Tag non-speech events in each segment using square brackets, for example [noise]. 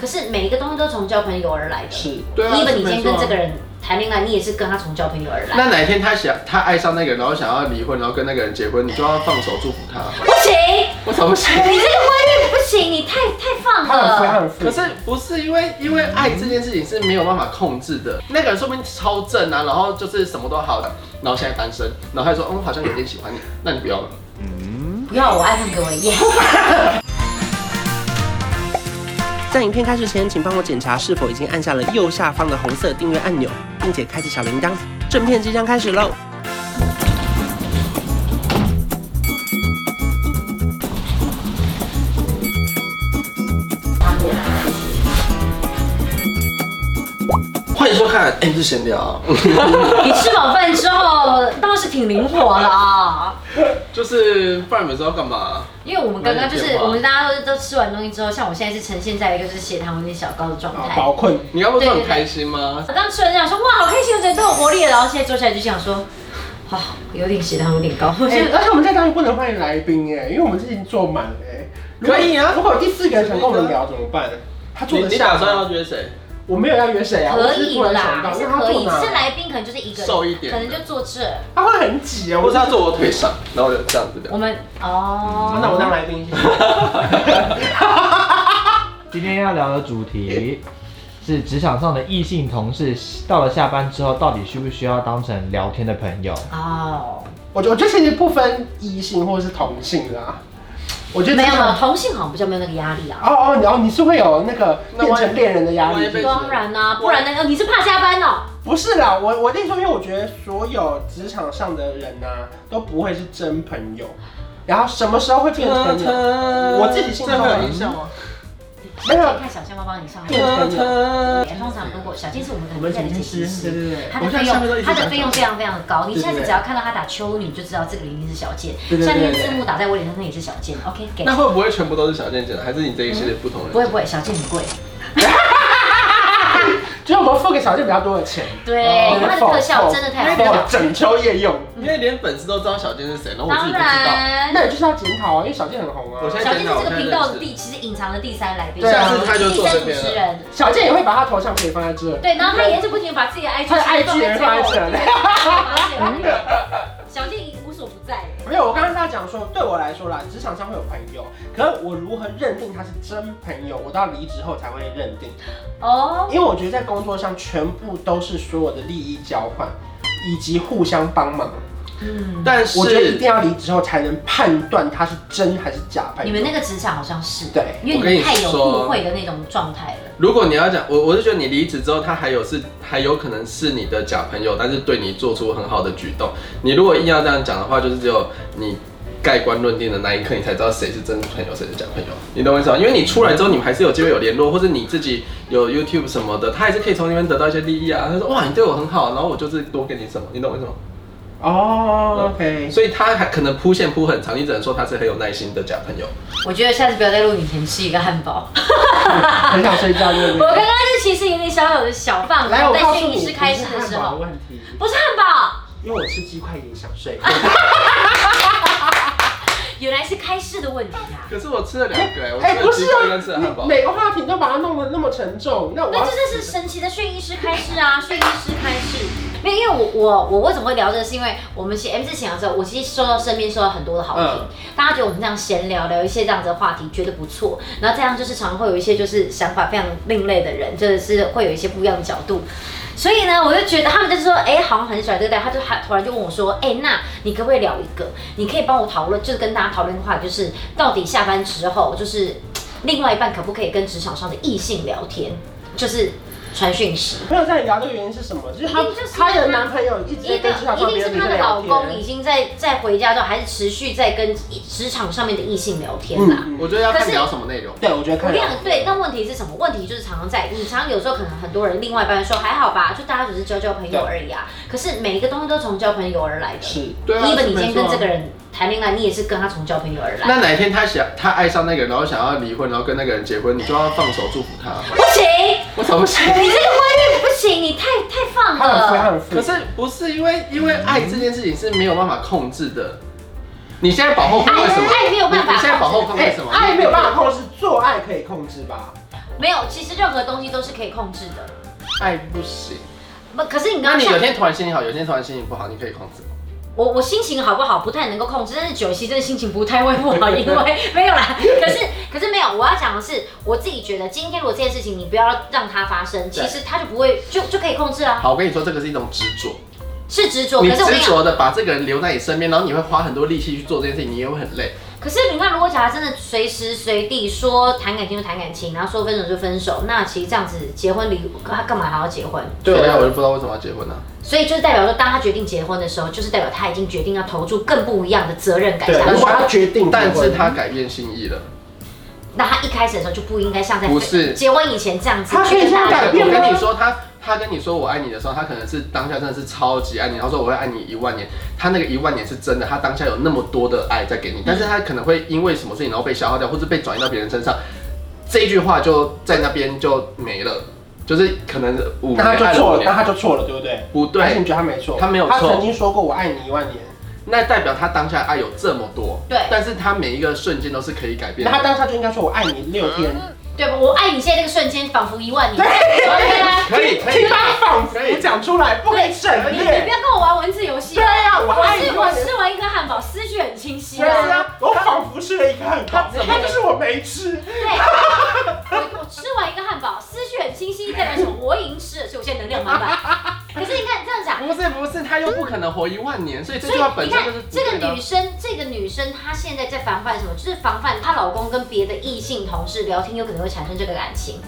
可是每一个东西都从交朋友而来的。是，对啊，因为你今天是没错跟啊这个人谈恋爱，你也是跟他从交朋友而来。 [laughs] 那哪一天他想他爱上那个人，然后想要离婚，然后跟那个人结婚，你就要放手祝福他。不行，我怎么不行？你这个婚姻不行，你太太放他很富，他了。很富。可是不是因为因为爱这件事情是没有办法控制的。那个人说不定超正啊，然后就是什么都好的，然后现在单身，然后他就说嗯好像有点喜欢你，那你不要了。不要我爱上给我耶。在影片开始前，请帮我检查是否已经按下了右下方的红色订阅按钮，并且开启小铃铛。正片即将开始喽！欢迎收看 M 是闲聊， [laughs] 啊你吃饱饭之后倒是挺灵活的啊、 [laughs] 就是不然你们知道干嘛？因为我们刚刚就是没有变化我们大家都都吃完东西之后，像我现在是呈现在一个就是血糖有点小高的状态。宝困，你刚不是说很开心吗？我当吃完这样说哇好开心，我觉得都有活力了，然后现在坐下来就想说，哇有点血糖有点高，我哎、觉得而且我们在当中不能欢迎来宾哎，因为我们是已经坐满了哎。如果可以啊如果有第四个人想跟我们聊怎么办？他坐你得你下打算吗？要约谁？我没有要约谁啊，我可只是以突然啦，想到，还因是为他可以。坐只是哪？来宾可能就是一个人，瘦一点可能就坐这。他会很挤啊，不我是他坐我腿上，然后我就这样子我聊。们嗯哦，那我当来宾。 [laughs] 今天要聊的主题是职场上的异性同事，到了下班之后，到底需不需要当成聊天的朋友？哦，我觉我觉得其实不分异性或者是同性啦，我觉得没有这没有，样同性好像比较没有那个压力啊。哦哦，然后你是会有那个变成恋人的压万一力。被当然啦、不然呢？哦，你是怕下班哦？不是啦，我我跟你说，因为我觉得所有职场上的人呐、都不会是真朋友，然后什么时候会变成朋 [laughs] 友？我我自己心这中会有有影响吗？没有啊可以看小仙猫帮你上。变成朋友。哦通常如果小金是我们可我能们在请的律解师，对析。对对，它我的现费在下面都一用，直它在的费用非常非常的高。你下次对对对只要看到他打秋女，就知道这个一定是小贱。对对对下面对字幕打在我脸上，那也是小贱。OK，给。那会不会全部都是小健健？还是你这一系列不同人？不会不会，小贱很贵。哦就是我们付给小健比较多的钱，对，然它的后特效真的太好我了。整秋夜用。因为连粉丝都知道小健是谁，然后我自己当不知道。然，那你就是要检讨啊，因为小健很红啊我。现在小贱是这个频道的第其实隐藏的第三来宾，对啊我们下次他就坐第三这边主了持人。小健也会把他头像可以放在这，对，然后他也是不停地把自己的 IG 他的 IG 也发放起来在最后， [laughs] 小静无所不在。没有，我刚刚跟大家讲说，对我来说啦，职场上会有朋友，可是我如何认定他是真朋友，我到离职后才会认定，哦，因为我觉得在工作上全部都是所有的利益交换，以及互相帮忙，嗯，但是我觉得一定要离职后才能判断他是真还是假朋你友。们那个职场好像是，对，因为你太有误会的那种状态了。如果你要讲，我我是觉得你离职之后，他还有是还有可能是你的假朋友，但是对你做出很好的举动。你如果硬要这样讲的话，就是只有你盖棺论定的那一刻，你才知道谁是真朋友，谁是假朋友。你懂我意思吗？因为你出来之后，你们还是有机会有联络，或者你自己有 YouTube 什么的，他还是可以从那边得到一些利益啊。他说哇，你对我很好，啊然后我就是多给你什么，你懂我意思吗？哦，OK，所以他还可能铺线铺很长，你只能说他是很有耐心的假朋友。我觉得下次不要再录影前吃一个汉堡。很想睡觉， [laughs] 对不我刚刚对？就其实有点小小的小 [laughs] 放来，空，我在告诉轩你，医师开始的时不是汉堡的候，问题，不是汉堡，因为我吃鸡块也想睡。 [laughs] 原来是开市的问题啊。可是我吃了两个、欸，我哎、吃不了是鸡块啊，跟吃了汉堡你。每个话题都把它弄得那么沉重，那我那要这就是神奇的睡衣师开市啊，睡衣师开市。没有，因为我我我为什么会聊这个，是因为我们写 M 字前的时候，我其实收到身边收到很多的好评，嗯大家觉得我们这样闲聊聊一些这样子的话题，觉得不错。然后这样就是常常会有一些就是想法非常另类的人，真的是会有一些不一样的角度。所以呢，我就觉得他们就是说，哎、好像很喜欢这个带，他就还突然就问我说，哎、那你可不可以聊一个？你可以帮我讨论，就是跟大家讨论的话，就是到底下班之后，就是另外一半可不可以跟职场上的异性聊天，就是传讯息。朋友在聊这个原因是什么？就是她一定就是她的男朋友一直一在定跟职场一上定别是的女她生的聊老公已天。经在在回家之后，还是持续在跟职场上面的异性聊天啦。嗯，我我觉得要可看是聊什么内容。对我觉得啊我看跟你聊讲，对，但问题是什么？问题就是常常在你常常有时候可能很多人另外一半说还好吧，就大家只是交交朋友而已啊。可是每一个东西都从交朋友而来的。是对啊，因为是你今天没错啊跟这个人谈恋爱，你也是跟他从交朋友而来。那哪一天他想他爱上那个人，然后想要离婚，然后跟那个人结婚，你就要放手祝福他。不行，我怎么行？你这个婚姻不行，你太太放她很富，她了。很富。可是不是因为因为爱这件事情是没有办法控制的。你现在保后宫为什么？哎爱爱没有办法哎你你现在保后宫为什么？爱没有办法控制，做爱可以控制吧？没有，其实任何东西都是可以控制的。爱哎不行。不，可是你刚那刚你有像天突然心情好，有天突然心情不好，你可以控制吗。我我心情好不好不太能够控制，但是九七真的心情不太会不好，因 [laughs] 为没有啦。可是可是没有，我要讲的是，我自己觉得今天如果这件事情你不要让它发生，其对实它就不会就就可以控制啦，好，我跟你说，这个是一种执着。是执着。你可是我跟执你讲，着的把这个人留在你身边，然后你会花很多力气去做这件事情，你也会很累。可是你看，如果假如真的随时随地说谈感情就谈感情，然后说分手就分手，那其实这样子结婚离他干嘛还要结婚？对啊，我就不知道为什么要结婚呢、啊。所以就是代表说，当他决定结婚的时候，就是代表他已经决定要投注更不一样的责任感对，下如去果。他决定结婚，啊但是他改变心意了。那他一开始的时候就不应该像在不是结婚以前这样子，他可以这样改变我吗跟你说，他他跟你说我爱你的时候，他可能是当下真的是超级爱你，他说我会爱你一万年，他那个一万年是真的，他当下有那么多的爱在给你，但是他可能会因为什么事情然后被消耗掉，或是被转移到别人身上，这一句话就在那边就没了，就是可能五年那他爱就了错五了，那年，他就错了，对不对？不还是对你，觉得他没错？他没有他错曾经说过我爱你一万年，那代表他当下爱有这么多，对但是他每一个瞬间都是可以改变那他的。当下就应该说我爱你六天，对吧？我爱你现在这个瞬间，仿佛一万年。啊可以可以听，他仿佛可以讲出来，不可以省你你不略。要跟我玩文字游戏。对啊我爱是你我吃完一颗汉堡，思绪很清晰不是啊。啊，我仿佛吃了一个汉堡，他就是我没吃。对，我我吃完一个汉堡，思绪很清晰，代表什么？我已经吃了，所以我现在能量满满。可是你看这样讲，不是不是，他又不可能活一万年，所以这所句以话本你身看就是不哎这对的个啊女。生，这个女生她现在在防范什么？就是防范她老公跟别的异性同事聊天，有可能会产生这个感情。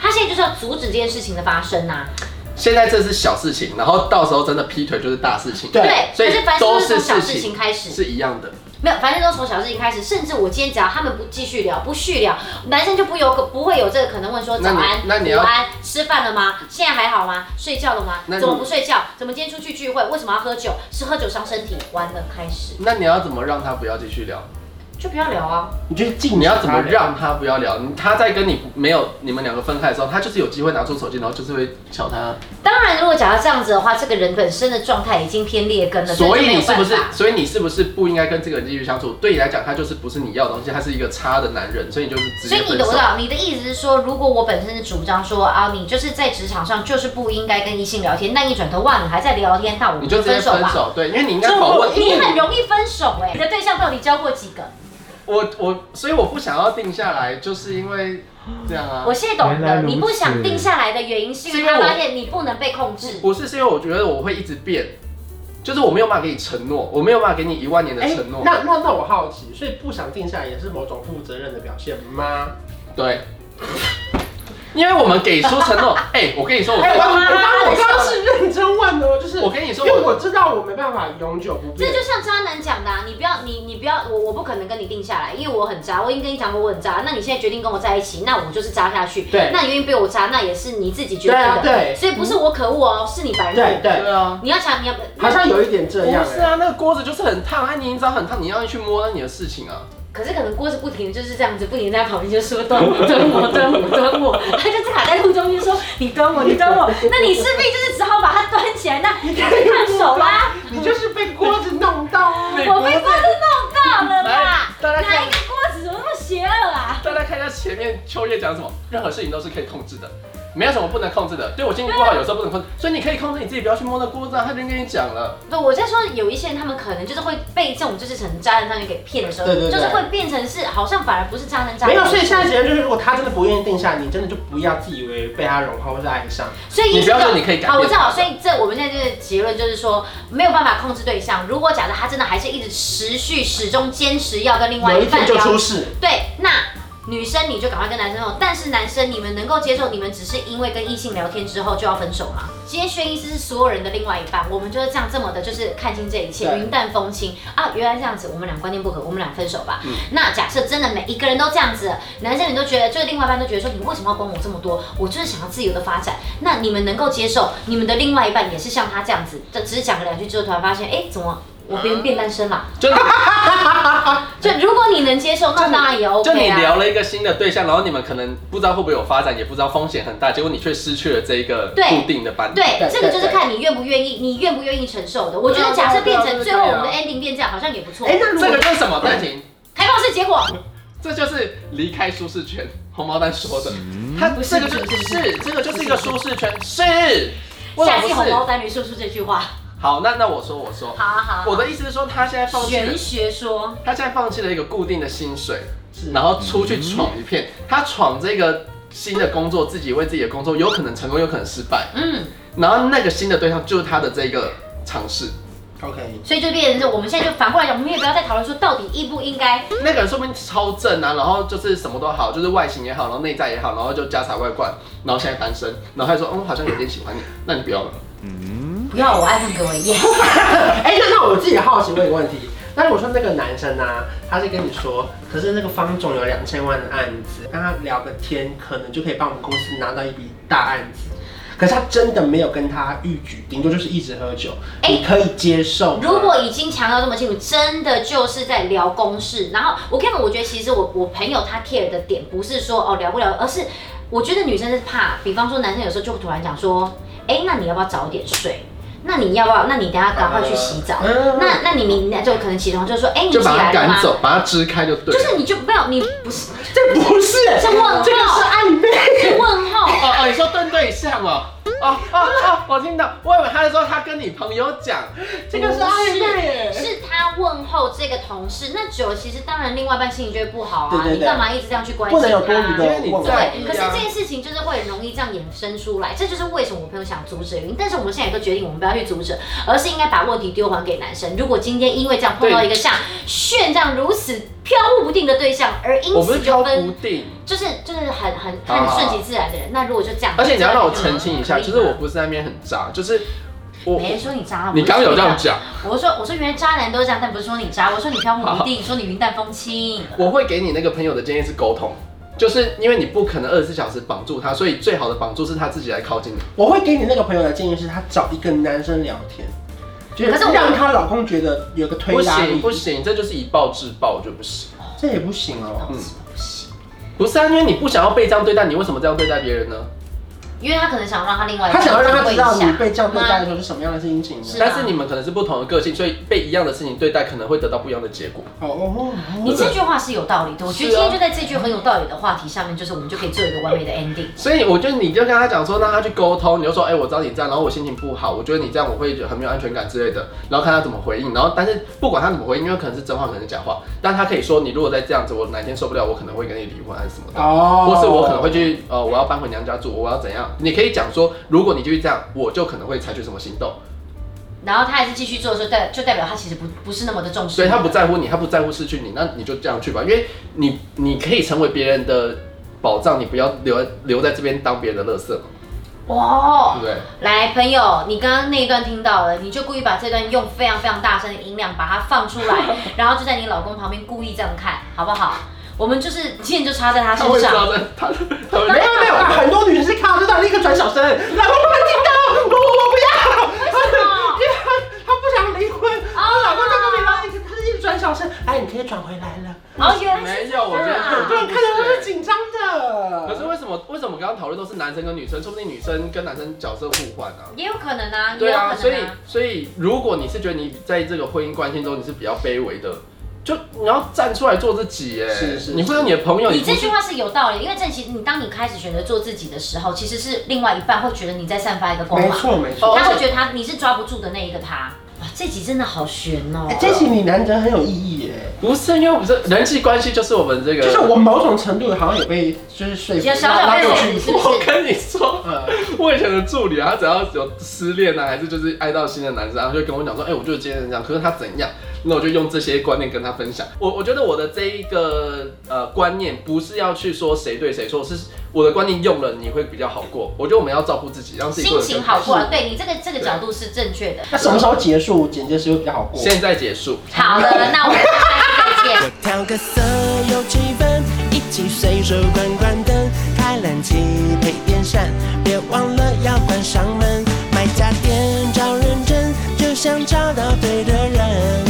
她现在就是要阻止这件事情的发生啊呐、现在这是小事情，然后到时候真的劈腿就是大事情。对对，所以可是凡事都都是是从小事事情情开始，是一样的。没有，反正都从小事情开始。甚至我今天只要他们不继续聊，不续聊，男生就不有不会有这个可能问说早那你安、那你午要安、吃饭了吗？现在还好吗？睡觉了吗？那你怎么不睡觉？怎么今天出去聚会？为什么要喝酒？是喝酒伤身体？完了，开始那你要怎么让他不要继续聊？就不要聊啊。你就是禁止你要怎么他让他不要聊？你他在跟你没有你们两个分开的时候，他就是有机会拿出手机，然后就是会瞧他。当然，如果假如这样子的话，这个人本身的状态已经偏劣根了，所这以就没你有是不是办？法所以你是不是不应该跟这个人继续相处？对你来讲，他就是不是你要的东西，他是一个差的男人，所以你就是直所接以你分的我手知。道你的意思是说，如果我本身是主张说啊，你就是在职场上就是不应该跟异性聊天，那一转头哇，你还在聊天，那我你们就就直接分手分吧。手，对，因为你应该拷问，你很容易分手哎、你的对象到底交过几个？我我，所以我不想要定下来，就是因为这样啊。我现在懂原来得，如此你不想定下来的原因是因为是因为他我发现你不能被控制。不是，是因为我觉得我会一直变，就是我没有办法给你承诺，我没有办法给你一万年的哎、承诺。那那那我好奇，所以不想定下来也是某种负责任的表现吗？对，因为我们给出 [laughs] 承诺，哎、我跟你说，我、哎、我妈我妈刚的我刚刚笑是认真问的哦，就是我跟你说，因为我我知道我没办法永久不这变。就像渣男讲的、啊，你不要，你你不要，我我不可能跟你定下来，因为我很渣，我已经跟你讲过我很渣。那你现在决定跟我在一起，那我就是渣下去。对那你愿意被我渣，那也是你自己决对定啊，的。对嗯所以不是我可恶哦，是你白目。对对，对啊，你要想，你要好像有一点这样、不是哎，啊，那个锅子就是很烫，哎、你你知道很烫，你要去摸那你的事情啊。可是可能锅子不停地就是这样子，不停地在旁边就说端我 [laughs] 端我端我端我，他就是卡在路中间说你端 [laughs] 我你端我，那你势必就是只好把它端起来，那你就看手啦，你就是被锅子弄到啊。我被锅子弄到了啦，大家哪看一，个锅子怎么那么邪恶啊？大家看一下前面秋叶讲什么，任何事情都是可以控制的。没有什么不能控制的，对我心情不好，有时候不能控制，所以你可以控制你自己，不要去摸那锅子啊。他已经跟你讲了， [laughs] 不，我在说有一些人他们可能就是会被这种就是成渣男渣女给骗的时候，对对对就是会变成是好像反而不是渣男渣女，没有，所以现在结论就是，如果他真的不愿意定下来，你真的就不要自以为被他融化或是爱上。所以你意不思要说到你可以改变。好，我知道，所以这我们现在这个结论就是说，没有办法控制对象。如果假设他真的还是一直持续始终坚持要跟另外有一一天半就聊出，事，对，那女生你就赶快跟男生哦。但是男生你们能够接受，你们只是因为跟异性聊天之后就要分手吗？今天薛医师是所有人的另外一半，我们就是这样这么的，就是看清这一切，对云淡风轻啊，原来这样子，我们俩观念不合，我们俩分手吧。嗯那假设真的每一个人都这样子，男生你都觉得，就是另外一半都觉得说，你为什么要管我这么多？我就是想要自由的发展。那你们能够接受，你们的另外一半也是像他这样子，这只是讲了两句之后，突然发现，哎、怎么我变变单身了？就就如果你能接受，那当然也 OK 就啊。你聊了一个新的对象，然后你们可能不知道会不会有发展，也不知道风险很大，结果你却失去了这一个对固定的班底。对，对这个就是对看你愿不愿意，你愿不愿意承受的。我觉对得啊假设对变啊成对啊最后我对啊们的 ending 变这样，好像也不错。哎、那如这果个就是什么？暂停，开放式结果，这就是离开舒适圈。红毛丹说的，他他这个就是这个就是一个舒适圈，是。为什夏么季红是毛丹女说出这句话，好，那那我说我说，好啊好啊我的意思是说，他现在放弃了玄学说，他现在放弃了一个固定的薪水是，然后出去闯一片。他闯这个新的工作，自己为自己的工作，有可能成功，有可能失败。嗯，然后那个新的对象就是他的这个尝试。 OK，所以就变成是我们现在就反过来讲，我们也不要再讨论说到底应不应该，那个人说不定超正啊，然后就是什么都好，就是外形也好，然后内在也好，然后就家财万贯，然后现在单身，然后他就说，嗯，我好像有点喜欢你，那你不要了。不要我爱恨给我一夜，哎、那那我自己好奇问一个问题，那如果说那个男生呢、他是跟你说，可是那个方总有两千万的案子，跟他聊个天，可能就可以帮我们公司拿到一笔大案子，可是他真的没有跟他逾矩，顶多就是一直喝酒，哎你可以接受吗？啊如果已经强调这么清楚，真的就是在聊公事。然后我看，我觉得其实我我朋友他 care 的点不是说哦聊不聊，而是我觉得女生是怕，比方说男生有时候就会突然讲说，哎、那你要不要早点睡？那你要不要？那你等下赶快去洗澡。嗯那那你明天就可能起床就说，哎、你起就把他来了吗赶？走，把他支开就对就了。是你就没有你不是这不是，是问号，这个是暧昧。是问号。哦哦，你说对对象哦，哦哦哦，我听到，我以为他是说他跟你朋友讲，这个是暧昧耶不是是他问候这个同事，那久了其实当然另外一半心情就会不好啊，对对对你干嘛一直这样去关心不他？啊能有多余因的为你问号在对，可是这件事情就是会容易这样衍生出来，这就是为什么我朋友想阻止的原因。但是我们现在有个决定，我们不要去阻止，而是应该把问题丢还给男生。如果今天因为这样碰到一个像炫这样如此飘忽不定的对象，而因我不此是挑就不分，定。就是就是很很好好很好顺其自然的人，那如果就这样，而且你要让我这样澄清一下，可以就是我吗不是在那边很渣，就是我，没人说你渣，你刚刚有这样讲。讲，我说我说原来渣男都是这样，但不是说你渣，我说你飘忽不定，说你云淡风轻。我会给你那个朋友的建议是沟通，就是因为你不可能二十四小时绑住他，所以最好的绑住是他自己来靠近你。我会给你那个朋友的建议是，他找一个男生聊天，就是可是我让她老公觉得有个推不拉力行不，行，这就是以暴制暴，我就不行。这也不行哦、嗯，不行，不是啊，因为你不想要被这样对待，你为什么这样对待别人呢？因为他可能想让他另外一他半想要让他知道体会一你下被这样对待的时候是什么样的心情呢？是啊但是你们可能是不同的个性，所以被一样的事情对待，可能会得到不一样的结果。哦哦你哦，这句话是有道理的，我觉得是今啊天就在这句很有道理的话题上面，就是我们就可以做一个完美的 ending。所以我觉得你就跟他讲说，让他去沟通，你就说，哎、我知道你这样，然后我心情不好，我觉得你这样我会很没有安全感之类的，然后看他怎么回应，然后但是不管他怎么回应，因为可能是真话，可能是假话，但他可以说，你如果再这样子，我哪天受不了，我可能会跟你离婚还是什么的，哦或是我可能会去，呃，我要搬回娘家住，我要怎样？你可以讲说，如果你继续这样，我就可能会采取什么行动，然后他还是继续做的时候，代就代表他其实不不是那么的重视，所以他不在乎你，他不在乎失去你，那你就这样去吧，因为你你可以成为别人的保障，你不要留在留在这边当别人的垃圾嘛，对哇不。对？来，朋友，你刚刚那一段听到了，你就故意把这段用非常非常大声的音量把它放出 [laughs] 来，然后就在你老公旁边故意这样看，好不好？我们就是剑就插在他他身会知上，道在他他会哦没有 [laughs] 没有，很多女生看到这段立刻转小身，然后他听到，我我不要， [laughs] 哦因为他他不想离婚，啊我老公在那里，然后一直他一直转小身，哎，你可以转回来了，哦，原来没是有，我觉得啊很多人看到都是紧张的。可是为什么为什么刚刚讨论都是男生跟女生？说不定女生跟男生角色互换啊。也有可能啊，也对有可能啊，啊。所以所以如果你是觉得你在这个婚姻关系中你是比较卑微的，就你要站出来做自己耶。是是你会有你的朋友，你不这是句话是有道理，因为这其实你当你开始选择做自己的时候，其实是另外一半会觉得你在散发一个光没芒，错没错，他会觉得他你是抓不住的那一个他。哇，这集真的好悬哦、哎这期你难得很有意义耶。不是因为我们这人际关系就是我们这个。就是我某种程度好像也被就是说服，觉得小小被然后说服是不我是？跟你说，呃，我以前的助理啊，他只要有失恋啊，还是就是爱到新的男生啊，他就跟我讲说，哎、我就是今天这样，可是他怎样？那我就用这些观念跟他分享。我我觉得我的这一个呃观念不是要去说谁对谁错，是我的观念用了你会比较好过。我觉得我们要照顾自己，让自己过心得更情好过是了，对你这个这个角度是正确的。那什么时候结束，简介是会比较好过？现在结束，好了，那我们下次再见。我调个色有气氛，一起随手关关灯，开冷气配电扇，别忘了要关上门。买家电找认真，就像找到对的人。